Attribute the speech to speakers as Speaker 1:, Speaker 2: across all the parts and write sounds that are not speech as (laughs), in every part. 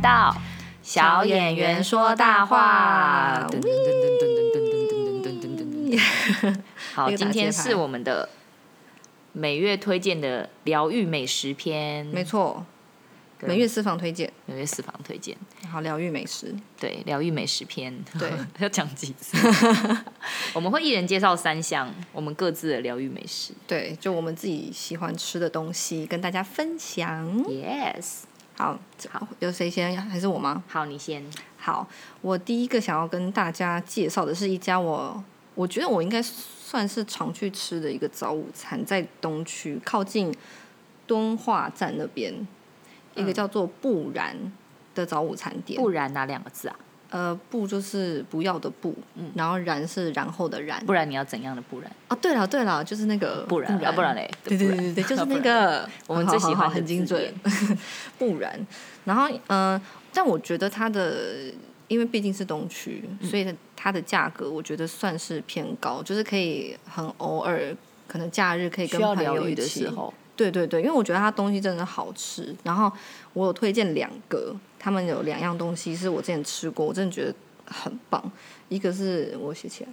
Speaker 1: 到
Speaker 2: 小演员说大话。嗯噔噔噔噔噔噔噔噔噔噔噔噔。好，今天是我们的每月推荐的疗愈美食篇，
Speaker 1: (laughs) 没错，
Speaker 2: 对
Speaker 1: 每月私房推荐，
Speaker 2: 每月私房推荐。
Speaker 1: 好疗愈美食，
Speaker 2: 对，疗愈美食篇，
Speaker 1: 对
Speaker 2: (laughs) 要讲几次？ (laughs) 我们会一人介绍三项我们各自的疗愈美食。
Speaker 1: 对，就我们自己喜欢吃的东西跟大家分享。
Speaker 2: Yes，
Speaker 1: 好，
Speaker 2: 好
Speaker 1: 有谁先？还是我吗？
Speaker 2: 好，你先。
Speaker 1: 好，我第一个想要跟大家介绍的是一家我我觉得我应该算是常去吃的一个早午餐，在东区靠近敦化站那边，一个叫做不然的早午餐店。
Speaker 2: 不嗯然哪两个字啊？
Speaker 1: 呃，不就是不要的不，然后然是然后的然。
Speaker 2: 嗯不然你要怎样的不然？
Speaker 1: 哦，对了对了，就是那个
Speaker 2: 不然啊，不然嘞？
Speaker 1: 对对对对对，就是那
Speaker 2: (laughs)
Speaker 1: 个
Speaker 2: 我们最喜欢的
Speaker 1: 好好好很精准，不然。然后呃，但我觉得它的，因为毕竟是东区，所以它的价格我觉得算是偏高，就是可以很偶尔，可能假日可以
Speaker 2: 需
Speaker 1: 跟
Speaker 2: 要
Speaker 1: 朋
Speaker 2: 疗
Speaker 1: 友
Speaker 2: 愈
Speaker 1: 一
Speaker 2: 的
Speaker 1: 起
Speaker 2: 时。候，
Speaker 1: 对对对，因为我觉得它东西真的好吃。然后我有推荐两个，他们有两样东西是我之前吃过，我真的觉得很棒。一个是我写起来，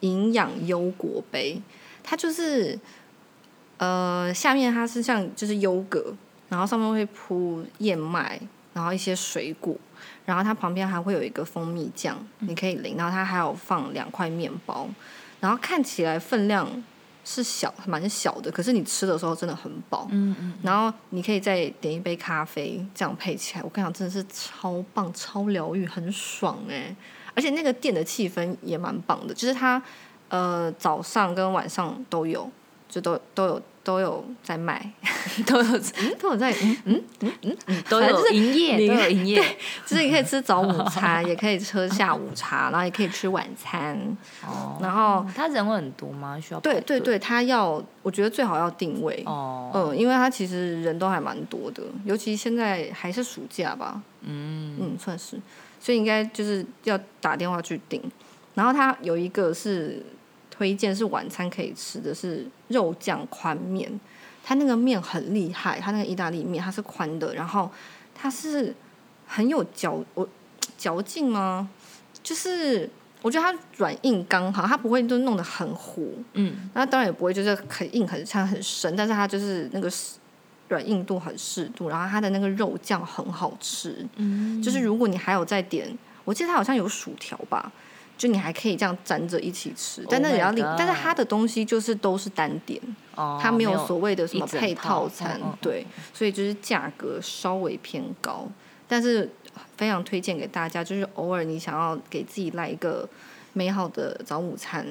Speaker 1: 营养优果杯，它就是呃下面它是像就是优格，然后上面会铺燕麦，然后一些水果，然后它旁边还会有一个蜂蜜酱，你可以淋。然后它还有放两块面包，然后看起来分量是小，蛮小的，可是你吃的时候真的很饱。
Speaker 2: 嗯嗯，
Speaker 1: 然后你可以再点一杯咖啡，这样配起来，我跟你讲，真的是超棒、超疗愈，很爽哎、而且那个店的气氛也蛮棒的，就是它呃早上跟晚上都有，就都都有都有在卖， (laughs)
Speaker 2: 都有
Speaker 1: 都有在嗯
Speaker 2: (laughs)
Speaker 1: 嗯，
Speaker 2: 都
Speaker 1: 反正
Speaker 2: 有
Speaker 1: 就是
Speaker 2: 营业，
Speaker 1: 你
Speaker 2: 都有营业。
Speaker 1: 就是你可以吃早午餐，也可以喝下午茶，然后也可以吃晚餐，
Speaker 2: 哦，
Speaker 1: 然后
Speaker 2: 他人会很多吗？需要
Speaker 1: 对
Speaker 2: 排
Speaker 1: 对
Speaker 2: 队。
Speaker 1: 对，它要我觉得最好要定位，
Speaker 2: 哦，
Speaker 1: 嗯，因为它其实人都还蛮多的，尤其现在还是暑假吧，
Speaker 2: 嗯，
Speaker 1: 嗯，算是，所以应该就是要打电话去订。然后它有一个是推荐是晚餐可以吃的是肉酱宽面，它那个面很厉害，它那个意大利面它是宽的，然后它是很有嚼我嚼劲吗？就是我觉得它软硬刚好，它不会就弄得很糊，
Speaker 2: 嗯，
Speaker 1: 那当然也不会就是很硬很像很深，但是它就是那个软硬度很适度，然后它的那个肉酱很好吃，
Speaker 2: 嗯，
Speaker 1: 就是如果你还有再点，我记得它好像有薯条吧，就你还可以这样沾着一起吃，但
Speaker 2: Oh
Speaker 1: 那也要
Speaker 2: my
Speaker 1: 另
Speaker 2: god
Speaker 1: 但是它的东西就是都是单点，
Speaker 2: 哦，
Speaker 1: 它没有所谓的什么
Speaker 2: 一整
Speaker 1: 配套
Speaker 2: 套
Speaker 1: 餐，
Speaker 2: 嗯嗯嗯
Speaker 1: 对，所以就是价格稍微偏高，但是非常推荐给大家，就是偶尔你想要给自己来一个美好的早午餐。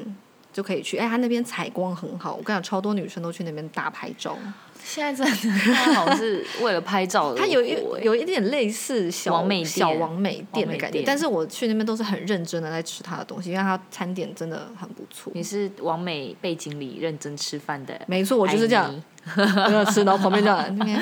Speaker 1: 就可以去，哎、它那边采光很好，我跟你讲，超多女生都去那边大拍照。
Speaker 2: 现在真的，他好像是为了拍照而活欸，
Speaker 1: 它有一有一点类似小
Speaker 2: 王美店
Speaker 1: 小王美店
Speaker 2: 王
Speaker 1: 的
Speaker 2: 美
Speaker 1: 感觉，
Speaker 2: 店
Speaker 1: 但是我去那边都是很认真的在吃它的东西，因为它餐点真的很不错。
Speaker 2: 你是王美背景里认真吃饭的，
Speaker 1: 没错，我就是这样， (laughs) 我要吃，然后旁边这
Speaker 2: (laughs)
Speaker 1: 样，那边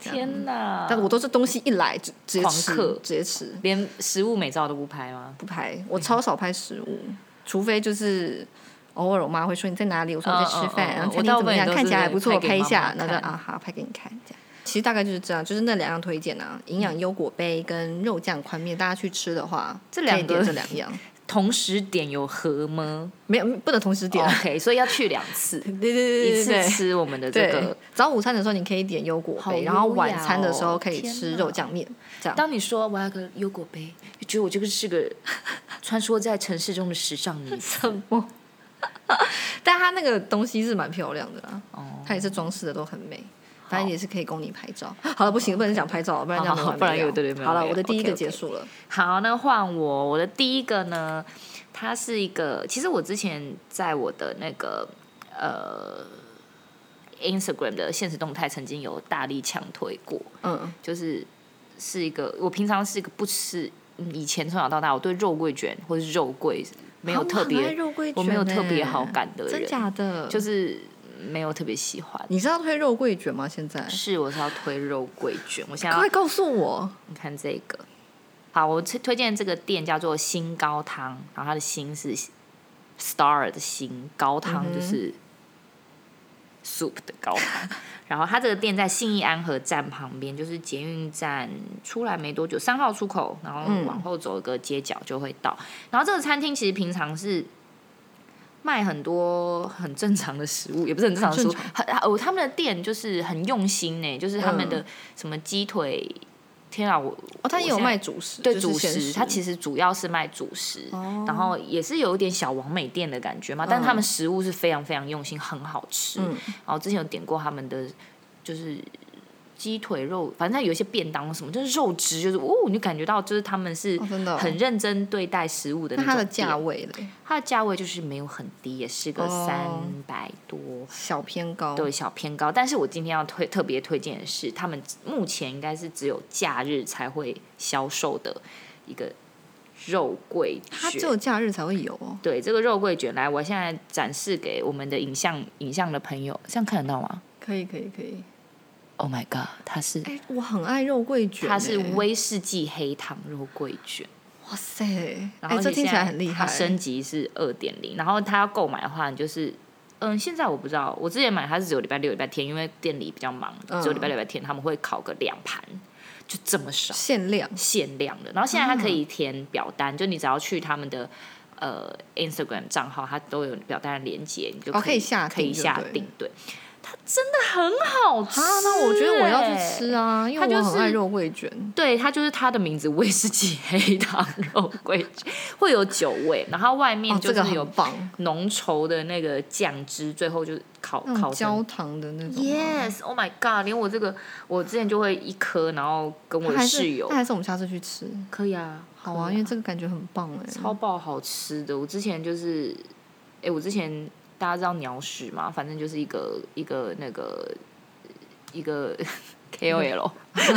Speaker 2: 天哪！
Speaker 1: 但我都是东西一来就直接
Speaker 2: 哦狂
Speaker 1: 吃
Speaker 2: 嗑，
Speaker 1: 直接吃，
Speaker 2: 连食物美照都不拍吗？
Speaker 1: 不拍，我超少拍食物，除非就是偶尔我妈会说你在哪里，我说我在吃
Speaker 2: 嗯嗯嗯
Speaker 1: 饭，
Speaker 2: 嗯
Speaker 1: 然后
Speaker 2: 我
Speaker 1: 餐
Speaker 2: 大
Speaker 1: 厅
Speaker 2: 部
Speaker 1: 怎么
Speaker 2: 分也
Speaker 1: 样，
Speaker 2: 都是
Speaker 1: 看起来还不错，
Speaker 2: 拍给
Speaker 1: 拍一下
Speaker 2: 妈，妈
Speaker 1: 然后就
Speaker 2: 看
Speaker 1: 啊好拍给你看这样。其实大概就是这样，就是那两样推荐啊，营
Speaker 2: 嗯
Speaker 1: 养优果杯跟肉酱宽面，大家去吃的话，
Speaker 2: 这两
Speaker 1: 可
Speaker 2: 个
Speaker 1: 以点这两样，
Speaker 2: 同时点有合吗
Speaker 1: 没有不能同时点，啊
Speaker 2: ？OK，所以要去两次，
Speaker 1: 对对对
Speaker 2: 哦一
Speaker 1: 对
Speaker 2: 次
Speaker 1: 对
Speaker 2: 吃我们的这
Speaker 1: 对。
Speaker 2: 个。
Speaker 1: 早午餐的时候你可以点优果
Speaker 2: 好
Speaker 1: 杯，
Speaker 2: 优
Speaker 1: 然后晚
Speaker 2: 雅
Speaker 1: 餐的
Speaker 2: 哦
Speaker 1: 时候可以
Speaker 2: 天
Speaker 1: 吃
Speaker 2: 哪
Speaker 1: 肉酱面，这样。
Speaker 2: 当你说我要个优果杯，就觉得我这个是个穿梭在城市中的时尚女子。
Speaker 1: 什么？但它那个东西是蛮漂亮的啦，
Speaker 2: 哦，
Speaker 1: 它也是装饰的都很美，反正也是可以供你拍照。 (laughs) 好了，不行，不能讲拍照，不然这样没
Speaker 2: 好好
Speaker 1: 完
Speaker 2: 不然
Speaker 1: 没了
Speaker 2: 有对对没
Speaker 1: 好
Speaker 2: 完
Speaker 1: 了，
Speaker 2: 没
Speaker 1: 我的
Speaker 2: 了
Speaker 1: 第一个
Speaker 2: OK，OK
Speaker 1: 结束了。
Speaker 2: 好，那换我。我的第一个呢，它是一个，其实我之前在我的那个呃 Instagram 的现实动态曾经有大力强推过，
Speaker 1: 嗯，
Speaker 2: 就是是一个我平常是一个不吃，嗯以前从小到大我对肉桂卷或是肉桂没有
Speaker 1: 啊我
Speaker 2: 特
Speaker 1: 很爱
Speaker 2: 别，
Speaker 1: 肉桂
Speaker 2: 我没有
Speaker 1: 卷
Speaker 2: 特别
Speaker 1: 欸
Speaker 2: 好感的
Speaker 1: 真
Speaker 2: 人
Speaker 1: 假的？
Speaker 2: 就是是没有特别喜欢。
Speaker 1: 你知道推肉桂卷吗？现在
Speaker 2: 是，我是要推肉桂卷，我想要
Speaker 1: 快告诉我，
Speaker 2: 你看这个，好，我推推荐这个店叫做新高汤，然嗯后它的“新”是 star 的“新”，高汤就是 soup 的高盘。 (laughs) 然后它这个店在信义安和站旁边，就是捷运站出来没多久，三号出口，然后
Speaker 1: 嗯
Speaker 2: 往后走一个街角就会到。然后这个餐厅其实平常是卖很多很正常的食物，也不是很正常的嗯食物
Speaker 1: 很，
Speaker 2: 很哦，他们的店就是很用心呢、欸就是他们的什么鸡腿，天啊，我
Speaker 1: 哦，他也
Speaker 2: 我
Speaker 1: 有
Speaker 2: 现在
Speaker 1: 卖主食，
Speaker 2: 对
Speaker 1: 就是
Speaker 2: 主
Speaker 1: 咸
Speaker 2: 食，它其实主要是卖主食，
Speaker 1: 哦
Speaker 2: 然后也是有一点小王美店的感觉嘛，但是他们食物是非常非常用心，很好吃。
Speaker 1: 嗯
Speaker 2: 然后之前有点过他们的就是鸡腿肉，反正它有一些便当什么，就是肉汁，就是哦，你就感觉到就是他们是
Speaker 1: 哦真的哦
Speaker 2: 很认真对待食物的
Speaker 1: 那
Speaker 2: 那
Speaker 1: 它
Speaker 2: 种
Speaker 1: 的
Speaker 2: 店
Speaker 1: 价位嘞，
Speaker 2: 它的价位就是没有很低，也是个
Speaker 1: 哦
Speaker 2: 三百多。
Speaker 1: 小偏高，
Speaker 2: 对，小偏高，但是我今天要推特别推荐的是，他们目前应该是只有假日才会销售的一个肉桂
Speaker 1: 它
Speaker 2: 卷
Speaker 1: 只。有假日才会有哦。
Speaker 2: 对，这个肉桂卷，来，我现在展示给我们的影像影像的朋友，这样看得到吗
Speaker 1: 可以可以可以，
Speaker 2: ？Oh my god，它是
Speaker 1: 哎、我很爱肉桂卷、
Speaker 2: 它是
Speaker 1: 哎
Speaker 2: 威士忌黑糖肉桂卷。
Speaker 1: 哇塞，哎、
Speaker 2: 然后
Speaker 1: 这听起来很厉害
Speaker 2: 它，升级是二点零，然后它要购买的话，你就是嗯，现在我不知道，我之前买它是只有礼拜六、礼拜天，因为店里比较忙，
Speaker 1: 嗯
Speaker 2: 只有礼拜六、礼拜天他们会烤个两盘，就这么少，
Speaker 1: 限量
Speaker 2: 限量的。然后现在它
Speaker 1: 嗯
Speaker 2: 可以填表单，就你只要去他们的。呃，Instagram 账号它都有表单的连接，你就
Speaker 1: 哦
Speaker 2: 可
Speaker 1: 可以下
Speaker 2: 可以
Speaker 1: 定就
Speaker 2: 下
Speaker 1: 对
Speaker 2: 定，对，它真的很好吃、
Speaker 1: 啊！那我觉得我要去
Speaker 2: 欸
Speaker 1: 吃啊，因为
Speaker 2: 哦它就
Speaker 1: 我
Speaker 2: 是
Speaker 1: 很爱肉桂卷。
Speaker 2: 对，它就是它的名字威士忌黑糖肉桂卷，会有酒味，然后外面
Speaker 1: 哦，
Speaker 2: 就
Speaker 1: 这个
Speaker 2: 是有
Speaker 1: 很棒，
Speaker 2: 浓稠的那个酱汁，最后就是烤
Speaker 1: 那
Speaker 2: 烤
Speaker 1: 种焦
Speaker 2: 成。
Speaker 1: 糖的那种吗。
Speaker 2: Yes，Oh my God！连我这个，我之前就会一颗，然后跟我
Speaker 1: 那
Speaker 2: 的
Speaker 1: 还
Speaker 2: 室
Speaker 1: 是
Speaker 2: 友
Speaker 1: 那，还是我们下次去吃，
Speaker 2: 可以啊，
Speaker 1: 好啊，
Speaker 2: 可以
Speaker 1: 因为这个感觉很棒哎、
Speaker 2: 超爆好吃的。我之前就是，哎、我之前大家知道鸟屎嘛，反正就是一个一个那个一个
Speaker 1: (laughs)
Speaker 2: KOL，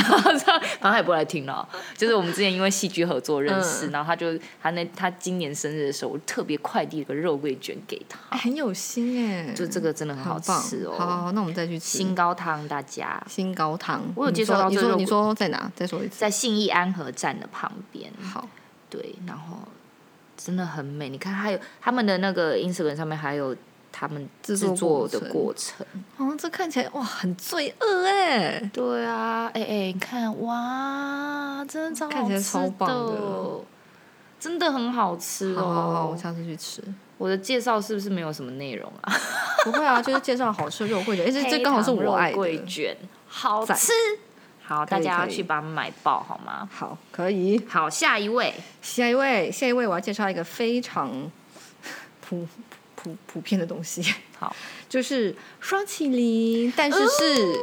Speaker 2: 反正他也不会来听了。啊就是我们之前因为戏剧合作认识，
Speaker 1: 嗯
Speaker 2: 然后他就他那他今年生日的时候，我特别快递一个肉桂卷给他，
Speaker 1: 哎很有心哎、
Speaker 2: 就这个真的很
Speaker 1: 很
Speaker 2: 好
Speaker 1: 棒
Speaker 2: 吃哦。
Speaker 1: 好好好，那我们再去吃
Speaker 2: 新高汤大家
Speaker 1: 新高堂。
Speaker 2: 我有
Speaker 1: 你
Speaker 2: 介绍
Speaker 1: 说
Speaker 2: 到
Speaker 1: 你
Speaker 2: 这个
Speaker 1: 说
Speaker 2: 肉
Speaker 1: 你
Speaker 2: 桂
Speaker 1: 说在哪？再说一次。
Speaker 2: 在信义安和站的旁边，
Speaker 1: 好，
Speaker 2: 对，然后真的很美。你看，还有他们的那个 Instagram 上面还有他们
Speaker 1: 制
Speaker 2: 制
Speaker 1: 作
Speaker 2: 作的
Speaker 1: 过程
Speaker 2: 过程。
Speaker 1: 哦，这看起来哇，很罪恶哎。
Speaker 2: 对啊，哎、哎、你看，哇，真的超
Speaker 1: 看
Speaker 2: 好
Speaker 1: 起来
Speaker 2: 吃
Speaker 1: 超棒
Speaker 2: 的
Speaker 1: 的
Speaker 2: 真的很好吃
Speaker 1: 好
Speaker 2: 哦。
Speaker 1: 好好，我下次去吃。
Speaker 2: 我的介绍是不是没有什么内容啊？
Speaker 1: 不会啊，就是介绍好吃的肉桂卷，哎，这这刚好是
Speaker 2: (laughs) 黑糖
Speaker 1: 我爱
Speaker 2: 肉桂
Speaker 1: 的。
Speaker 2: 卷，好
Speaker 1: 赞
Speaker 2: 吃。好，
Speaker 1: 可
Speaker 2: 大
Speaker 1: 以
Speaker 2: 家要
Speaker 1: 可以
Speaker 2: 去把它买爆好吗？
Speaker 1: 好，可以。
Speaker 2: 好，下一位，
Speaker 1: 下一位，下一位，我要介绍一个非常 (laughs) 普普普遍的东西，
Speaker 2: 好，
Speaker 1: 就是双麒麟，但是是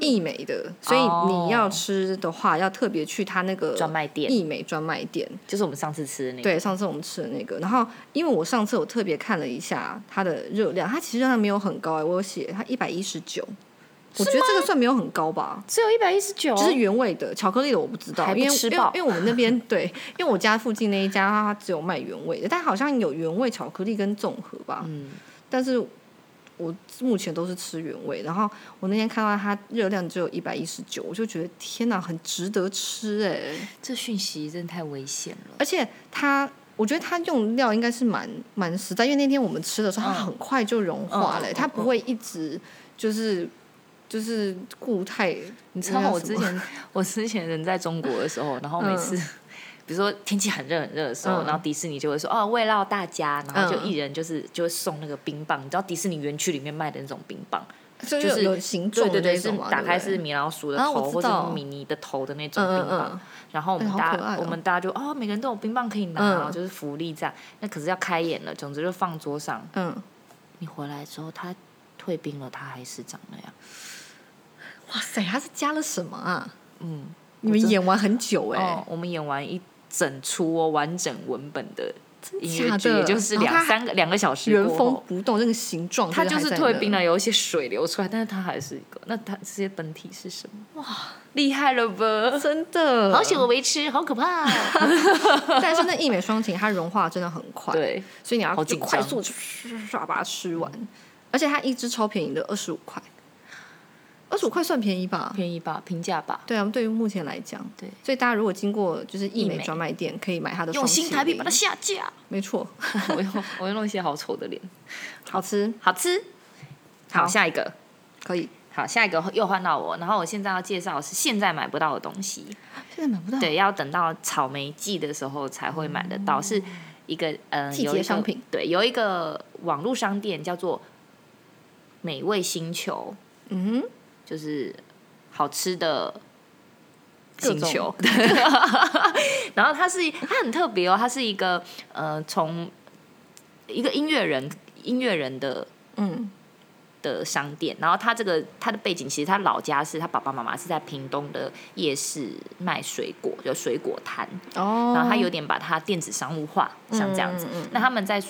Speaker 1: 益美的，所以
Speaker 2: 哦
Speaker 1: 你要吃的话，要特别去它那个
Speaker 2: 专卖店
Speaker 1: 益美专卖店。
Speaker 2: 就是我们上次吃的那个。
Speaker 1: 呃对，上次我们吃的那个，然后因为我上次我特别看了一下它的热量，它其实热量没有很高哎、我有写它一百一十九，我觉得这个算没有很高吧，
Speaker 2: 只有一百一十九，
Speaker 1: 就是原味的，巧克力的我不知道
Speaker 2: 还，不
Speaker 1: 因为
Speaker 2: 吃
Speaker 1: 因为
Speaker 2: 饱
Speaker 1: 因为我们那边对，因为我家附近那一家它只有卖原味的，但好像有原味巧克力跟综合吧，
Speaker 2: 嗯，
Speaker 1: 但是我目前都是吃原味，然后我那天看到它热量只有一百一十九，我就觉得天哪，很值得吃哎、
Speaker 2: 这讯息真的太危险了。
Speaker 1: 而且它，我觉得它用料应该是蛮蛮实在，因为那天我们吃的时候，它
Speaker 2: 嗯
Speaker 1: 很快就融化了、
Speaker 2: 嗯嗯嗯
Speaker 1: 它不会一直就是就是固态。
Speaker 2: 你知道我之
Speaker 1: 那叫什
Speaker 2: 前
Speaker 1: 么
Speaker 2: 我之前人在中国的时候，然后
Speaker 1: 嗯
Speaker 2: 每次。比如说天气很热很热的时
Speaker 1: 嗯
Speaker 2: 候，然后迪士尼就会说哦，慰劳大家，然后就
Speaker 1: 嗯
Speaker 2: 一人就是就会送那个冰棒，你知道迪士尼园区里面卖的那种冰棒，
Speaker 1: 就
Speaker 2: 就是
Speaker 1: 是有形状的
Speaker 2: 对
Speaker 1: 那
Speaker 2: 对对，是
Speaker 1: 种嘛，
Speaker 2: 打开
Speaker 1: 对
Speaker 2: 是
Speaker 1: 不对
Speaker 2: 米老鼠的
Speaker 1: 啊我
Speaker 2: 头
Speaker 1: 知
Speaker 2: 或者
Speaker 1: 道
Speaker 2: 是米妮的头的那种
Speaker 1: 嗯
Speaker 2: 冰
Speaker 1: 嗯
Speaker 2: 棒
Speaker 1: 嗯，，
Speaker 2: 然后我们
Speaker 1: 哎好
Speaker 2: 大
Speaker 1: 可
Speaker 2: 家
Speaker 1: 爱哦
Speaker 2: 我们大家就哦，每个人都有冰棒可以拿，
Speaker 1: 嗯
Speaker 2: 然后就是福利这样。那可是要开演了，总之就放桌上。
Speaker 1: 嗯，
Speaker 2: 你回来之后，它退冰了，它还是长那样。
Speaker 1: 哇塞，它是加了什么啊？
Speaker 2: 嗯，
Speaker 1: 你
Speaker 2: 我
Speaker 1: 们
Speaker 2: 真
Speaker 1: 演完很久哎、
Speaker 2: 哦，我们演完一整出哦，完整文本的音乐
Speaker 1: 假
Speaker 2: 剧，
Speaker 1: 的
Speaker 2: 也就是
Speaker 1: 然后
Speaker 2: 两
Speaker 1: 它
Speaker 2: 三个两个小时
Speaker 1: 原
Speaker 2: 过
Speaker 1: 封
Speaker 2: 后，
Speaker 1: 不动，那个形状
Speaker 2: 它就
Speaker 1: 还
Speaker 2: 是
Speaker 1: 在
Speaker 2: 退
Speaker 1: 那
Speaker 2: 冰了，有一些水流出来，但是它还是一个。那它这些本体是什么？哇，厉害了吧？
Speaker 1: 哦真的。
Speaker 2: (laughs) 好险我没吃，好可怕哦。
Speaker 1: (laughs) 但是那益美双擎它融化真的很快，
Speaker 2: (laughs) 对，
Speaker 1: 所以你要
Speaker 2: 好
Speaker 1: 就
Speaker 2: 紧张嗯
Speaker 1: 快速唰把它吃完，而且它一只超便宜的，二十五块，二十五块算便宜吧？
Speaker 2: 便宜吧，平价吧。
Speaker 1: 对啊，对于目前来讲，
Speaker 2: 对
Speaker 1: 所以大家如果经过就是益
Speaker 2: 益
Speaker 1: 美
Speaker 2: 美
Speaker 1: 专卖店，可以买它的
Speaker 2: 用
Speaker 1: 双
Speaker 2: 新
Speaker 1: 麒
Speaker 2: 台币
Speaker 1: 麟
Speaker 2: 把它下 (laughs) 架。
Speaker 1: 没错，
Speaker 2: 我用我用一些好丑的脸，
Speaker 1: 好吃。
Speaker 2: 好吃。好，
Speaker 1: 好
Speaker 2: 下一个
Speaker 1: 可以。
Speaker 2: 好，下一个又换到我，然后我现在要介绍的是现在买不到的东西，
Speaker 1: 现在买不到，
Speaker 2: (laughs) 对，要等到草莓季的时候才会买得到，是一个嗯、呃，
Speaker 1: 嗯季
Speaker 2: 有一
Speaker 1: 节
Speaker 2: 个
Speaker 1: 商品。
Speaker 2: 对，有一个网络商店叫做美味星球，
Speaker 1: 嗯哼，
Speaker 2: 就是好吃的
Speaker 1: 各
Speaker 2: 星
Speaker 1: 种
Speaker 2: 球。
Speaker 1: (laughs)
Speaker 2: 然后它是它很特别哦，它是一个呃，从一个音乐人音乐人的
Speaker 1: 嗯，
Speaker 2: 的商店，然后他这个他的背景其实他老家是他爸爸妈妈是在屏东的夜市卖水果，就水果摊，
Speaker 1: 哦，
Speaker 2: 然后他有点把它电子商务化，像这样子。
Speaker 1: 嗯嗯嗯
Speaker 2: 那他们在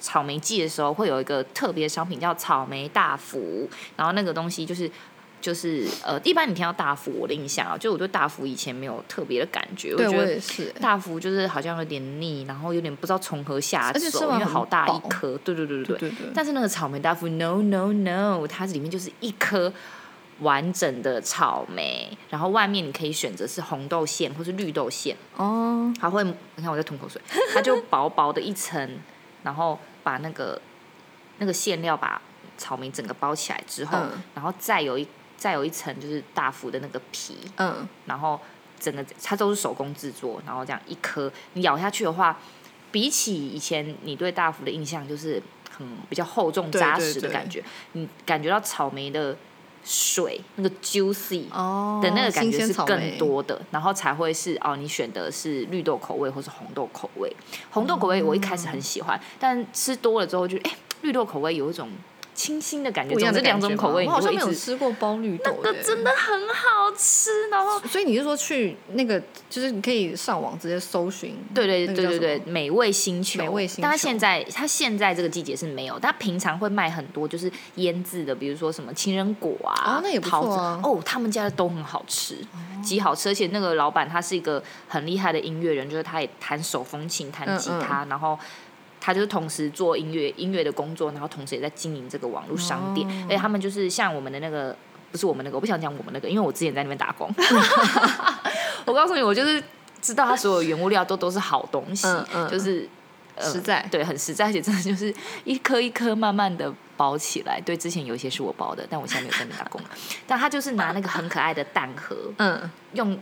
Speaker 2: 草莓季的时候会有一个特别商品叫草莓大福，然后那个东西就是。就是呃，一般你听到大福，我的印象啊，就我对大福以前没有特别的感觉，
Speaker 1: 对我
Speaker 2: 我觉得
Speaker 1: 也是、欸
Speaker 2: 大福就是好像有点腻，然后有点不知道从何下
Speaker 1: 而且吃
Speaker 2: 手，
Speaker 1: 完
Speaker 2: 因为
Speaker 1: 很
Speaker 2: 好大一
Speaker 1: 饱
Speaker 2: 颗，对对对对
Speaker 1: 对
Speaker 2: 对。
Speaker 1: 对对，
Speaker 2: 但是那个草莓大福，no no no，它里面就是一颗完整的草莓，然后外面你可以选择是红豆馅或是绿豆馅，
Speaker 1: 哦，
Speaker 2: 它会，你看我在吞口水， (laughs) 它就薄薄的一层，然后把那个那个馅料把草莓整个包起来之后，
Speaker 1: 嗯
Speaker 2: 然后再有一再有一层就是大福的那个皮，
Speaker 1: 嗯，
Speaker 2: 然后整个它都是手工制作，然后这样一颗你咬下去的话，比起以前你对大福的印象就是很比较厚重
Speaker 1: 对
Speaker 2: 扎
Speaker 1: 对
Speaker 2: 实的
Speaker 1: 对
Speaker 2: 感觉，你感觉到草莓的水那个 juicy。
Speaker 1: 哦
Speaker 2: 的那个感
Speaker 1: 新
Speaker 2: 觉
Speaker 1: 鲜
Speaker 2: 是
Speaker 1: 草
Speaker 2: 更
Speaker 1: 莓，
Speaker 2: 多的，然后才会是哦，你选的是绿豆口味或是红豆口味。红豆口
Speaker 1: 嗯
Speaker 2: 味我一开始很喜欢，但吃多了之后就哎、绿豆口味有一种清新的感觉。
Speaker 1: 不一样的
Speaker 2: 总之两种
Speaker 1: 感觉
Speaker 2: 口
Speaker 1: 吗
Speaker 2: 味，
Speaker 1: 我
Speaker 2: 你
Speaker 1: 好像
Speaker 2: 会
Speaker 1: 没
Speaker 2: 一
Speaker 1: 有
Speaker 2: 直
Speaker 1: 吃过包绿豆、欸，
Speaker 2: 那个真的啊很好吃，然后
Speaker 1: 所以你是说去那个，就是你可以上网直接搜寻，
Speaker 2: 对对
Speaker 1: 那
Speaker 2: 对
Speaker 1: 个叫
Speaker 2: 对对
Speaker 1: 什，么
Speaker 2: 美味星球，
Speaker 1: 美味星球
Speaker 2: 但它现在它现在这个季节是没有，但它平常会卖很多就是腌制的，比如说什么情人果啊，
Speaker 1: 哦那也不错
Speaker 2: 桃子
Speaker 1: 啊哦
Speaker 2: 哦，他们家的都很好吃，极好吃。而且那个老板他是一个很厉害的音乐人，就是他也弹手风琴、弹吉
Speaker 1: 嗯
Speaker 2: 他，然后。他就是同时做音乐音乐的工作，然后同时也在经营这个网络商店，
Speaker 1: 哦
Speaker 2: 而且他们就是像我们的那个，不是我们那个，我不想讲我们那个，因为我之前在那边打工。我告诉你，我就是知道它所有原物料都都是好东西，
Speaker 1: 嗯嗯
Speaker 2: 就是、呃
Speaker 1: 实在
Speaker 2: 对，很实在，而且真的就是一颗一颗慢慢的包起来。对，之前有一些是我包的，但我现在没有在那边打工。但他就是拿那个很可爱的蛋盒，
Speaker 1: 嗯，
Speaker 2: 用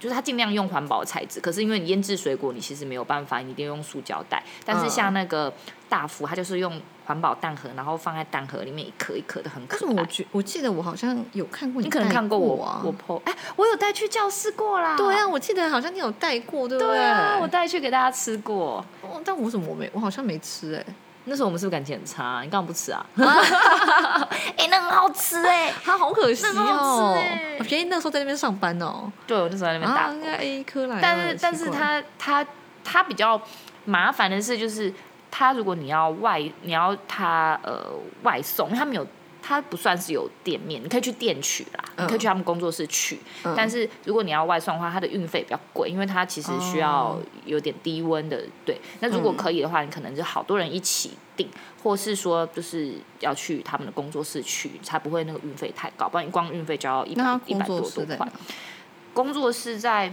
Speaker 2: 就是他尽量用环保材质，可是因为你腌制水果，你其实没有办法，你一定要用塑胶袋。但是
Speaker 1: 嗯
Speaker 2: 像那个大福，它就是用环保蛋盒，然后放在蛋盒里面一颗一颗的，很可
Speaker 1: 但
Speaker 2: 爱。
Speaker 1: 是我觉我记得我好像有看过
Speaker 2: 你可能看
Speaker 1: 过
Speaker 2: 过我，
Speaker 1: 啊
Speaker 2: 我，po 哎、我有带去教室过啦。
Speaker 1: 对啊，我记得好像你有带过，对不
Speaker 2: 对啊，我
Speaker 1: 我
Speaker 2: 带去给大家吃过。
Speaker 1: 哦但我怎么没，我好像没吃哎，
Speaker 2: 那时候我们是不是感情很差、你干嘛不吃啊？哎、那很好吃哎、
Speaker 1: 它好可惜
Speaker 2: 那很好
Speaker 1: 哦
Speaker 2: 吃欸，
Speaker 1: 我觉得那时候在那边上班哦，
Speaker 2: 对，我那时候在那边打
Speaker 1: 啊，
Speaker 2: 工
Speaker 1: 应该 A 科来了，
Speaker 2: 但是但是
Speaker 1: 奇怪
Speaker 2: 它它它比较麻烦的是，就是它如果你要外你要它呃外送，因为它没有它不算是有店面，你可以去店取啦，
Speaker 1: 嗯
Speaker 2: 你可以去他们工作室取。
Speaker 1: 嗯
Speaker 2: 但是如果你要外送的话，它的运费比较贵，因为它其实需要
Speaker 1: 哦
Speaker 2: 有点低温的。对，那如果
Speaker 1: 嗯
Speaker 2: 可以的话，你可能就好多人一起订。或是说，就是要去他们的工作室取，才不会那个运费太高，不然光运费就要一
Speaker 1: 那
Speaker 2: 百
Speaker 1: 他
Speaker 2: 一
Speaker 1: 工
Speaker 2: 百多
Speaker 1: 作
Speaker 2: 多
Speaker 1: 室在
Speaker 2: 块
Speaker 1: 哪。？
Speaker 2: 工作室在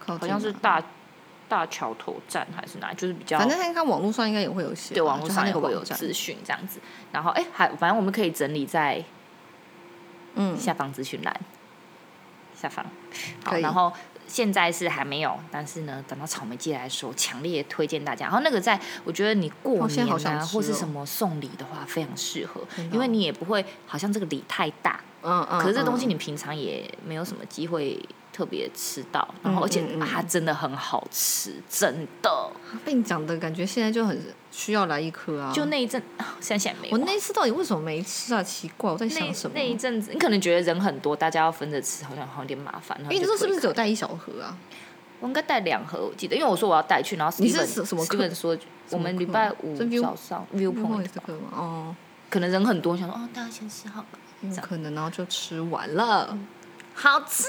Speaker 1: 好
Speaker 2: 好像是，大大桥头站还是哪里，就是比较
Speaker 1: 反正他看网络上应该也会有写吧，
Speaker 2: 对网络
Speaker 1: 就它
Speaker 2: 上
Speaker 1: 那
Speaker 2: 也
Speaker 1: 个
Speaker 2: 会
Speaker 1: 网
Speaker 2: 有
Speaker 1: 站
Speaker 2: 资讯这样子。然后哎、还反正我们可以整理在
Speaker 1: 嗯，
Speaker 2: 下方资讯栏下方。好，
Speaker 1: 可以
Speaker 2: 然后现在是还没有，但是呢，等到草莓季来的时候，强烈推荐大家。然后那个在我觉得你过
Speaker 1: 哦现
Speaker 2: 年
Speaker 1: 在好
Speaker 2: 啊、
Speaker 1: 想吃
Speaker 2: 或是
Speaker 1: 哦
Speaker 2: 什么送礼的话，非常适合，
Speaker 1: 真的哦
Speaker 2: 因为你也不会好像这个礼太大，
Speaker 1: 嗯嗯，
Speaker 2: 可是这东西
Speaker 1: 嗯
Speaker 2: 你平常也没有什么机会特别吃到，然
Speaker 1: 嗯
Speaker 2: 后而且啊
Speaker 1: 嗯嗯
Speaker 2: 它真的很好吃，真的。
Speaker 1: 被你讲的感觉，现在就很需要来一颗啊！
Speaker 2: 嗯就那一阵，现在现在没有
Speaker 1: 我
Speaker 2: 啊。
Speaker 1: 那一次到底为什么没吃啊？奇怪，我在想什么？
Speaker 2: 那一
Speaker 1: 因
Speaker 2: 阵子，你可能觉得人很多，大家要分着吃，好像好像有点麻烦。因
Speaker 1: 为你那时候是不是只有带一小盒啊？
Speaker 2: 我应该带两盒？我记得，因为我说我要带去，然后
Speaker 1: 你是
Speaker 2: Steven-
Speaker 1: 什么课
Speaker 2: Steven 说，我们礼拜五
Speaker 1: 是 view-
Speaker 2: 早上 viewpoint
Speaker 1: 这
Speaker 2: 吧
Speaker 1: 个吗？哦，
Speaker 2: 可能人很多，想说哦，大家先吃好了，
Speaker 1: 有
Speaker 2: 这样
Speaker 1: 可能，然后就吃完了。
Speaker 2: 好吃。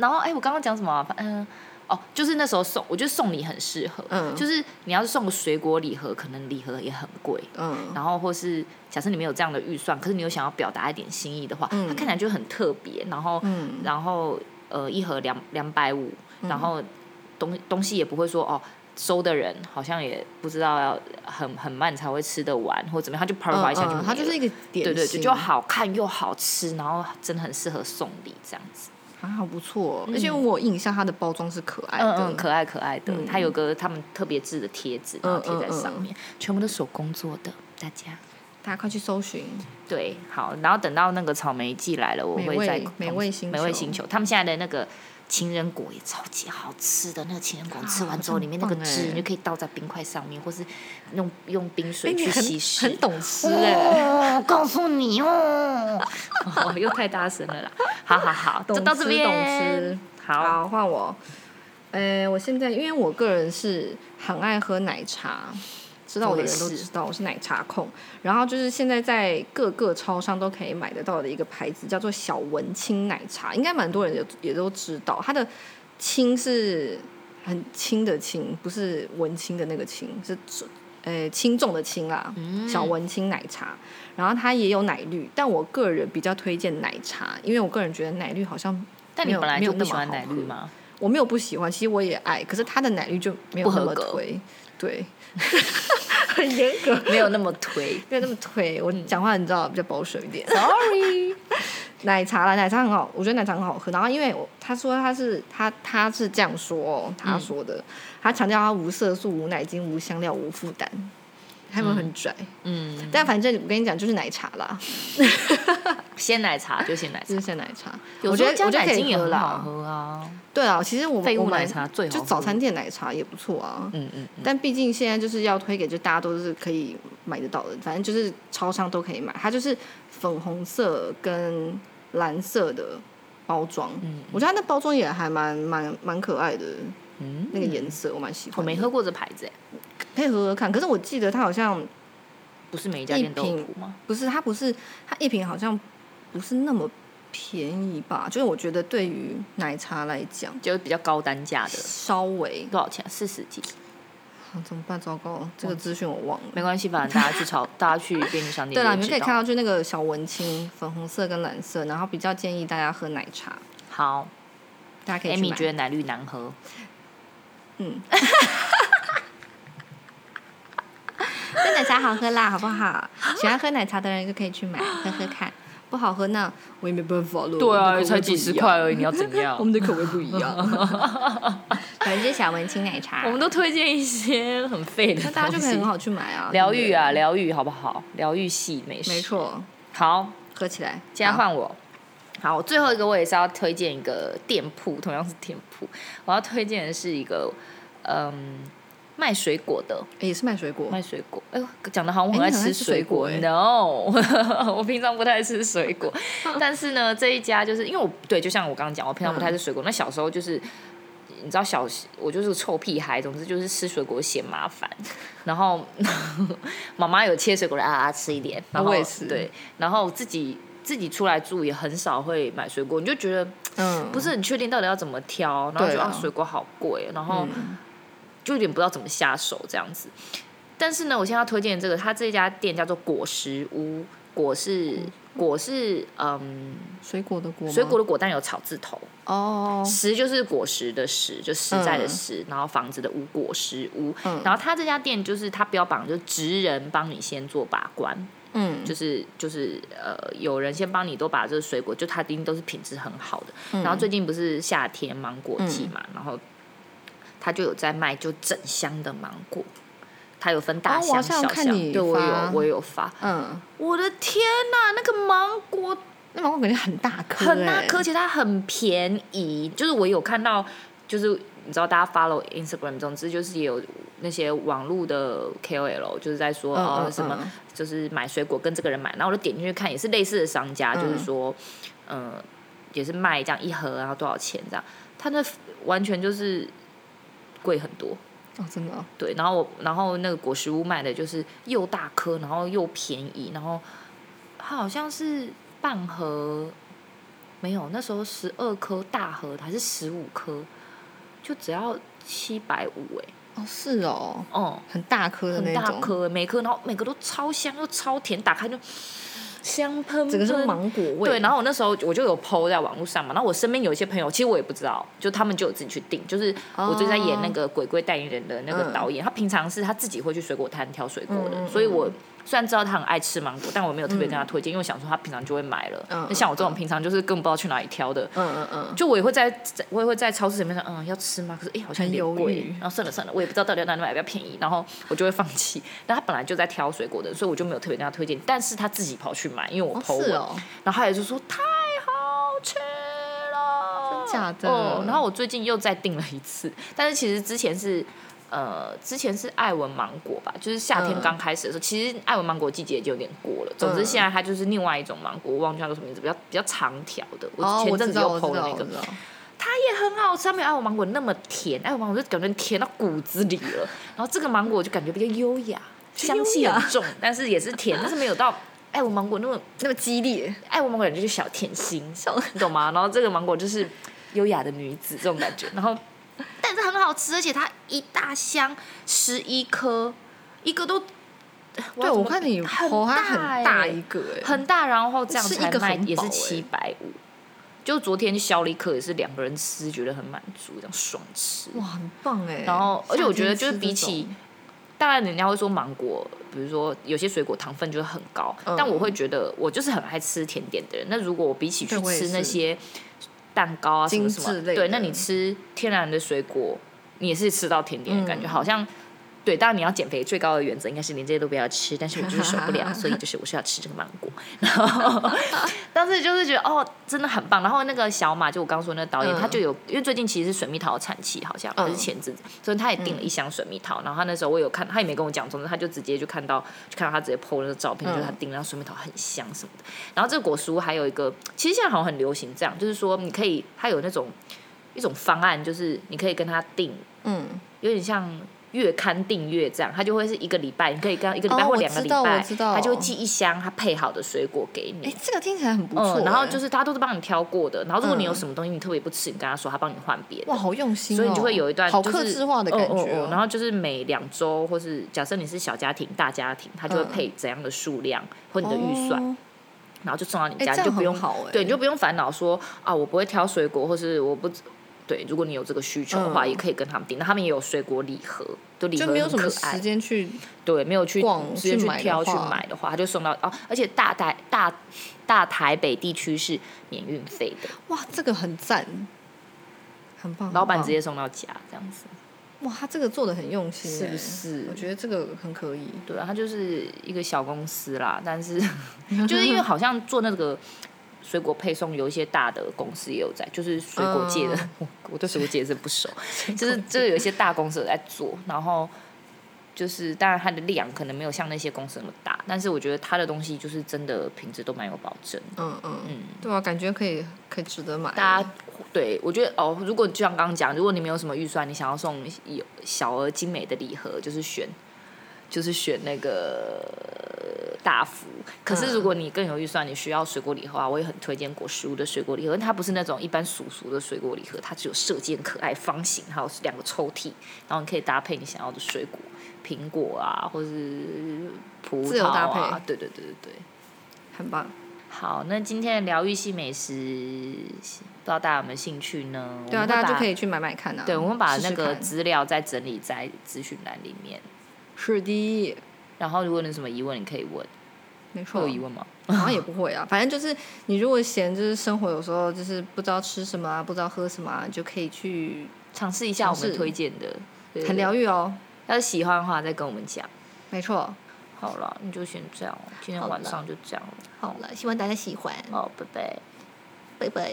Speaker 2: 然后哎，我刚刚讲什么啊？反嗯。哦，就是那时候送，我觉得送礼很适合，
Speaker 1: 嗯
Speaker 2: 就是你要是送个水果礼盒，可能礼盒也很贵，
Speaker 1: 嗯，
Speaker 2: 然后或是假设你没有这样的预算，可是你又想要表达一点心意的话，
Speaker 1: 嗯
Speaker 2: 它看起来就很特别。然后，
Speaker 1: 嗯
Speaker 2: 然后呃，一盒两两百五，然后东东西也不会说哦，收的人好像也不知道要很很慢才会吃得完或怎么样，他就啪啪一下就没
Speaker 1: 嗯
Speaker 2: 了、
Speaker 1: 嗯，它就是一个点心，
Speaker 2: 对对对，就好看又好吃，然后真的很适合送礼这样子。
Speaker 1: 啊，好不错哦、而且我有印象它的包装是可爱的，
Speaker 2: 嗯可爱可爱的，
Speaker 1: 哎嗯
Speaker 2: 它有个他们特别制的贴纸，然后贴在上面，全部都手工做的，大家。
Speaker 1: 大家快去搜寻。
Speaker 2: 对，好，然后等到那个草莓季来了，我
Speaker 1: 美
Speaker 2: 会
Speaker 1: 味
Speaker 2: 再
Speaker 1: 美味星
Speaker 2: 美味
Speaker 1: 球
Speaker 2: 星球，他们现在的那个情人果也超级好吃的，那个情人果吃完之后，
Speaker 1: 很
Speaker 2: 里面那个
Speaker 1: 棒
Speaker 2: 汁
Speaker 1: 哎
Speaker 2: 你就可以倒在冰块上面，或是用用冰
Speaker 1: 哎、
Speaker 2: 水
Speaker 1: 你
Speaker 2: 去
Speaker 1: 很
Speaker 2: 稀释。
Speaker 1: 很懂吃哎、
Speaker 2: 哦，告诉你哦， (laughs) 哦又太大声了啦！好好好，
Speaker 1: 懂
Speaker 2: 就到这
Speaker 1: 吃
Speaker 2: 边，
Speaker 1: 懂吃。
Speaker 2: 好，
Speaker 1: 好，换我。呃，我现在因为我个人是很爱喝奶茶，知道我的人都
Speaker 2: 我也
Speaker 1: 知
Speaker 2: 是
Speaker 1: 道我是奶茶控。然后就是现在在各个超商都可以买得到的一个牌子，叫做小文青奶茶，应该蛮多人也也都知道。它的“青”是很轻的“轻”，不是文青的那个“轻”，是重呃轻重的“轻”啦。
Speaker 2: 嗯
Speaker 1: 小文青奶茶，然后它也有奶绿，但我个人比较推荐奶茶，因为我个人觉得奶绿好像
Speaker 2: 但
Speaker 1: 没
Speaker 2: 你
Speaker 1: 有
Speaker 2: 本来
Speaker 1: 没有
Speaker 2: 就
Speaker 1: 那么
Speaker 2: 不喜欢
Speaker 1: 好
Speaker 2: 奶绿
Speaker 1: 喝 (laughs)
Speaker 2: 吗？
Speaker 1: 我没有不喜欢，其实我也爱，可是它的奶绿就没有
Speaker 2: 不
Speaker 1: 那
Speaker 2: 合
Speaker 1: 么
Speaker 2: 格
Speaker 1: 推，
Speaker 2: (laughs)
Speaker 1: 对，很严格，
Speaker 2: 没有那么推
Speaker 1: 没有那么推。我讲话你知道比较保守一点。(laughs)
Speaker 2: (laughs)，sorry。
Speaker 1: 奶茶啦，奶茶很好，我觉得奶茶很好喝。然后因为我他说他是他他是这样说哦，他说的，
Speaker 2: 嗯
Speaker 1: 他强调他无色素、无奶精、无香料、无负担，他们很拽。
Speaker 2: 嗯，
Speaker 1: 但反正我跟你讲，就是奶茶啦，
Speaker 2: 鲜奶茶就鲜奶茶
Speaker 1: 就，是鲜奶茶。
Speaker 2: 有
Speaker 1: 我
Speaker 2: 时
Speaker 1: 觉
Speaker 2: 候
Speaker 1: 得
Speaker 2: 加
Speaker 1: 我觉得
Speaker 2: 奶
Speaker 1: 可
Speaker 2: 精
Speaker 1: 以
Speaker 2: 也很好
Speaker 1: 啦。
Speaker 2: 喝啊。
Speaker 1: 对啊，其实我
Speaker 2: 废
Speaker 1: 们我
Speaker 2: 物奶
Speaker 1: 们
Speaker 2: 茶最好喝，
Speaker 1: 就早餐店奶茶也不错啊。
Speaker 2: 嗯嗯嗯，
Speaker 1: 但毕竟现在就是要推给，就大家都是可以买得到的，反正就是超商都可以买。它就是粉红色跟蓝色的包装，
Speaker 2: 嗯
Speaker 1: 我觉得它那包装也还蛮蛮蛮可爱的，
Speaker 2: 嗯
Speaker 1: 那个颜色我蛮喜欢的。
Speaker 2: 我没喝过这牌子欸，
Speaker 1: 可以喝喝看。可是我记得它好像
Speaker 2: 不是每一家
Speaker 1: 一
Speaker 2: 店都有
Speaker 1: 瓶
Speaker 2: 涂吗？
Speaker 1: 不是，它不是，它一瓶好像不是那么便宜吧？就是我觉得对于奶茶来讲，
Speaker 2: 就是比较高单价的，
Speaker 1: 稍微、
Speaker 2: 多少钱啊？四十几，
Speaker 1: 啊、怎么办？糟糕，这个资讯我忘了。
Speaker 2: 没关系，反正大家
Speaker 1: (laughs)
Speaker 2: 去超，大家去便利商店
Speaker 1: 对啦，
Speaker 2: 就
Speaker 1: 你们
Speaker 2: 会
Speaker 1: 可以
Speaker 2: 知道
Speaker 1: 看到就那个小文青，粉红色跟蓝色，然后比较建议大家喝奶茶，
Speaker 2: 好
Speaker 1: 大家可以去买。
Speaker 2: ，Amy 觉得奶绿难喝，
Speaker 1: 嗯，那奶茶好喝啦，好不 (laughs) 好？喜欢喝奶茶的人就可以去买喝喝看，不好喝那我也没办法了。我们的口味不一样，
Speaker 2: 而已，你要怎样
Speaker 1: 我们的口味不一样。 (laughs) 反正就是小文青奶茶，
Speaker 2: (laughs) 我们都推荐一些很废
Speaker 1: 那
Speaker 2: 的东西，
Speaker 1: 大家就可以很好去买啊，
Speaker 2: 疗愈啊，
Speaker 1: 对
Speaker 2: 疗愈好不好？疗愈系美
Speaker 1: 不
Speaker 2: 食，
Speaker 1: 对，没。错，
Speaker 2: 好，
Speaker 1: 喝起来。
Speaker 2: 现在
Speaker 1: 好
Speaker 2: 换我。好，最后一个我也是要推荐一个店铺，同样是店铺，我要推荐的是一个嗯卖水果的，
Speaker 1: 也是卖水果，
Speaker 2: 卖水果，哎呦，讲的好像我很
Speaker 1: 哎
Speaker 2: 爱
Speaker 1: 你很爱
Speaker 2: 吃
Speaker 1: 吃
Speaker 2: 水果,、
Speaker 1: 水哎
Speaker 2: No，我 (laughs) 平常不太吃水
Speaker 1: (laughs)
Speaker 2: 果，但是呢，这一家就是因为我对，就像我刚刚讲，我平常不太吃水果。那小时候就是，你知道小我就是个臭屁孩，总之就是吃水果嫌麻烦。然后 (laughs) 妈妈有切水果来啊啊吃一点，然后
Speaker 1: 我也是
Speaker 2: 对，然后自己自己出来住也很少会买水果，你就觉得
Speaker 1: 嗯，
Speaker 2: 不是很确定到底要怎么挑，然后
Speaker 1: 对
Speaker 2: 就
Speaker 1: 啊
Speaker 2: 啊水果好贵，然后。
Speaker 1: 嗯，
Speaker 2: 就有点不知道怎么下手这样子。但是呢，我现在要推荐这个，它这家店叫做果实屋，果是果是嗯，
Speaker 1: 水果的嗯果吗，
Speaker 2: 水果的果，但有草字头，
Speaker 1: 哦，
Speaker 2: 实就是果实的实，就实在的实，然后房子的屋，果实屋。
Speaker 1: 嗯
Speaker 2: 然后它这家店就是它标榜就是职人帮你先做把关，
Speaker 1: 嗯，
Speaker 2: 就是就是呃，有人先帮你都把这个水果，就它一定都是品质很好的。
Speaker 1: 嗯
Speaker 2: 然后最近不是夏天芒果季嘛，然后他就有在卖就整箱的芒果，它有分大
Speaker 1: 哦我
Speaker 2: 箱、
Speaker 1: 好像
Speaker 2: 小
Speaker 1: 有看
Speaker 2: 箱，
Speaker 1: 你
Speaker 2: 对我有
Speaker 1: 发
Speaker 2: 我有发。
Speaker 1: 嗯，
Speaker 2: 我的天呐，那个芒果
Speaker 1: 那芒果感觉很大颗、欸，
Speaker 2: 很大颗，而且它很便宜。就是我有看到，就是你知道大家 follow Instagram，总之就是也有那些网络的 KOL，就是在说
Speaker 1: 嗯
Speaker 2: 哦
Speaker 1: 嗯
Speaker 2: 什么
Speaker 1: 嗯，
Speaker 2: 就是买水果跟这个人买，然后我就点进去看，也是类似的商家，
Speaker 1: 嗯
Speaker 2: 就是说，呃，也是卖这样一盒，然后多少钱这样，它那完全就是贵很多。
Speaker 1: 哦，真的、哦，
Speaker 2: 对，然后我然后那个果实屋卖的就是又大颗，然后又便宜，然后它好像是半盒，没有那时候十二颗大盒还是十五颗，就只要七百五哎，
Speaker 1: 哦是哦，
Speaker 2: 哦、
Speaker 1: 很大颗的
Speaker 2: 很
Speaker 1: 那
Speaker 2: 大
Speaker 1: 种，
Speaker 2: 颗，每颗然后每个都超香又超甜，打开就香喷喷，
Speaker 1: 整个是芒果味。啊
Speaker 2: 对，然后我那时候我就有 PO 在网络上嘛，然后我身边有一些朋友，其实我也不知道，就他们就有自己去订。就是我最近在演
Speaker 1: 哦
Speaker 2: 那个《鬼鬼代言人》的那个导演，他平常是他自己会去水果摊挑水果
Speaker 1: 嗯
Speaker 2: 的，
Speaker 1: 嗯嗯嗯嗯
Speaker 2: 所以我虽然知道他很爱吃芒果，但我没有特别跟他推荐，因为我想说他平常就会买了。
Speaker 1: 嗯嗯
Speaker 2: 那像我这种平常就是根本不知道去哪里挑的，
Speaker 1: 嗯嗯嗯，
Speaker 2: 就我也会在，在我也会在超市里面说，嗯，要吃吗？可是哎、好像有点
Speaker 1: 很犹
Speaker 2: 贵
Speaker 1: 豫，
Speaker 2: 然后算了算了，我也不知道到底要哪里买比较便宜，然后我就会放弃。但他本来就在挑水果的，所以我就没有特别跟他推荐，但是他自己跑去买，因为我
Speaker 1: 哦
Speaker 2: 剖
Speaker 1: 是
Speaker 2: 文，
Speaker 1: 哦，
Speaker 2: 然后他也就说太好吃了，
Speaker 1: 真假的
Speaker 2: 哦，然后我最近又再订了一次，但是其实之前是。呃，之前是爱文芒果吧，就是夏天
Speaker 1: 嗯
Speaker 2: 刚开始的时候，其实爱文芒果季节就有点过了。总之
Speaker 1: 嗯
Speaker 2: 现在它就是另外一种芒果，我忘记叫什么名字，比较比较长条的。
Speaker 1: 哦
Speaker 2: 我前阵子又
Speaker 1: 我知道
Speaker 2: 剖的那
Speaker 1: 我
Speaker 2: 个
Speaker 1: 知，道我知道
Speaker 2: 它啊也很好吃，它没有爱文啊芒果那么甜，爱文芒果就感觉甜到骨子里了。然后这个芒果就感觉比较优雅，香气很重，但是也是甜，但是没有 (laughs) 到爱文芒果那么
Speaker 1: 那么激烈，
Speaker 2: 爱文芒果感觉就是小甜心， (laughs) 你懂吗？然后这个芒果就是优雅的女子这种感觉，然后但是很好吃，而且它一大箱十一颗，一个都
Speaker 1: 对我看你
Speaker 2: 很
Speaker 1: 头还
Speaker 2: 大
Speaker 1: 很
Speaker 2: 欸
Speaker 1: 大一个哎，
Speaker 2: 很大，然后这样
Speaker 1: 是一
Speaker 2: 才
Speaker 1: 个
Speaker 2: 卖
Speaker 1: 很
Speaker 2: 也
Speaker 1: 饱
Speaker 2: 是七
Speaker 1: 欸
Speaker 2: 百五。就昨天削了一颗，也是两个人吃，觉得很满足，这样爽吃。
Speaker 1: 哇，很棒哎。
Speaker 2: 然后而且我觉得就是
Speaker 1: 夏天吃
Speaker 2: 比
Speaker 1: 这种
Speaker 2: 起当然，人家会说芒果，比如说有些水果糖分就会很高，
Speaker 1: 嗯
Speaker 2: 但我会觉得我就是很爱吃甜点的人。那如果我比起去
Speaker 1: 对我也
Speaker 2: 吃那
Speaker 1: 是
Speaker 2: 些蛋糕啊什么什
Speaker 1: 精致，
Speaker 2: 么
Speaker 1: 类的
Speaker 2: 对，那你吃天然的水果，你也是吃到甜点的感觉，
Speaker 1: 嗯
Speaker 2: 好像对。当然你要减肥，最高的原则应该是连这些都不要吃，但是我就是受
Speaker 1: (laughs)
Speaker 2: 不了，所以就是我是要吃这个芒果。然后，但是就是觉得哦，真的很棒。然后那个小马，就我刚说那个导演，
Speaker 1: 嗯
Speaker 2: 他就有因为最近其实是水蜜桃的产期，好像不是
Speaker 1: 嗯
Speaker 2: 前阵子，所以他也订了一箱水蜜桃。然后他那时候我有看，他也没跟我讲，总之他就直接就看到，就看到他直接 PO 那个照片，
Speaker 1: 嗯
Speaker 2: 就是他订那水蜜桃很香什么的。然后这个果蔬还有一个，其实现在好像很流行这样，就是说你可以，它有那种一种方案，就是你可以跟他订，
Speaker 1: 嗯，
Speaker 2: 有点像。月刊订阅这样，他就会是一个礼拜，你可以跟他一个礼拜
Speaker 1: 哦
Speaker 2: 或
Speaker 1: 我
Speaker 2: 两个
Speaker 1: 知
Speaker 2: 礼
Speaker 1: 道
Speaker 2: 拜
Speaker 1: 我知，道
Speaker 2: 他就会寄一箱他配好的水果给你。
Speaker 1: 哎，这个听起来很不
Speaker 2: 嗯
Speaker 1: 错，欸。
Speaker 2: 然后就是他都是帮你挑过的，然后如果你有
Speaker 1: 嗯
Speaker 2: 什么东西你特别不吃，你跟他说，他帮你换别的。
Speaker 1: 哇，好用心哦，
Speaker 2: 所以你就会有一段、就
Speaker 1: 好
Speaker 2: 是、
Speaker 1: 克制化的感
Speaker 2: 哦
Speaker 1: 觉
Speaker 2: 哦
Speaker 1: 哦
Speaker 2: 哦。然后就是每两周，或是假设你是小家庭、大家庭，它就会配怎样的数量、或你的预算，
Speaker 1: 嗯哦
Speaker 2: 然后就送到你
Speaker 1: 哎，
Speaker 2: 家，
Speaker 1: 这
Speaker 2: 你就
Speaker 1: 样
Speaker 2: 不用
Speaker 1: 很好哎。
Speaker 2: 对，你就不用烦恼说啊，我不会挑水果，或是我不对。如果你有这个需求的话，
Speaker 1: 嗯
Speaker 2: 也可以跟他们订。那他们也有水果礼盒，就礼盒
Speaker 1: 就没有什
Speaker 2: 很
Speaker 1: 么
Speaker 2: 可
Speaker 1: 时
Speaker 2: 爱。
Speaker 1: 间去
Speaker 2: 对，没有去
Speaker 1: 逛
Speaker 2: 直接去
Speaker 1: 去买的
Speaker 2: 挑去
Speaker 1: 话
Speaker 2: 买的话，他就送到哦。而且大台大大台北地区是免运费的，
Speaker 1: 哇，这个很赞，很棒。
Speaker 2: 老板
Speaker 1: 很棒
Speaker 2: 直接送到家这样子，
Speaker 1: 哇，他这个做的很用心，
Speaker 2: 是
Speaker 1: 欸？
Speaker 2: 不是？
Speaker 1: 我觉得这个很可以。
Speaker 2: 对啊，它就是一个小公司啦，但是就是因为好像做那个水果配送，有一些大的公司也有在，就是水果界的，我 (laughs) 我对水果界也是不熟，就是就是有一些大公司有在做，然后就是当然它的量可能没有像那些公司那么大，但是我觉得它的东西就是真的品质都蛮有保证。
Speaker 1: 嗯嗯
Speaker 2: 嗯
Speaker 1: 嗯，对啊，感觉可以，可以值得买。
Speaker 2: 大家对我觉得哦，如果就像刚刚讲，如果你没有什么预算，你想要送有小而精美的礼盒，就是选就是选那个呃大福。可
Speaker 1: 嗯
Speaker 2: 是如果你更有预算，你需要水果礼盒啊，我也很推荐果实屋的水果礼盒，因为它不是那种一般俗俗的水果礼盒，它只有射箭可爱方形，还有两个抽屉，然后你可以搭配你想要的水果，苹果啊，或是葡
Speaker 1: 自由
Speaker 2: 萄
Speaker 1: 搭
Speaker 2: 啊，
Speaker 1: 配
Speaker 2: 对对对对对。
Speaker 1: 很棒。
Speaker 2: 好，那今天的疗愈系美食，不知道大家有没有兴趣呢？
Speaker 1: 对啊，大家就可
Speaker 2: 以。
Speaker 1: 以去买买看啊。
Speaker 2: 对，我们把
Speaker 1: 试试
Speaker 2: 那个
Speaker 1: 看
Speaker 2: 资料再整理在资讯栏里面。
Speaker 1: 是的，
Speaker 2: 然后，如果你有什么疑问，你可以问。
Speaker 1: 没错
Speaker 2: 会有。疑问吗？
Speaker 1: 好像也不会啊，反正就是你如果嫌就是生活有时候就是不知道吃什么啊，不知道喝什么啊，你就可以去
Speaker 2: 尝试一下我
Speaker 1: 尝
Speaker 2: 们
Speaker 1: 试
Speaker 2: 推荐的，对
Speaker 1: 很疗。愈哦。
Speaker 2: 要是喜欢的话，再跟我们讲。
Speaker 1: 没错，
Speaker 2: 好了，你就先这样，哦今天
Speaker 1: 好
Speaker 2: 晚
Speaker 1: 了
Speaker 2: 上就这样了。
Speaker 1: 好了，希望大家喜欢，
Speaker 2: 好，拜拜。
Speaker 1: 拜拜。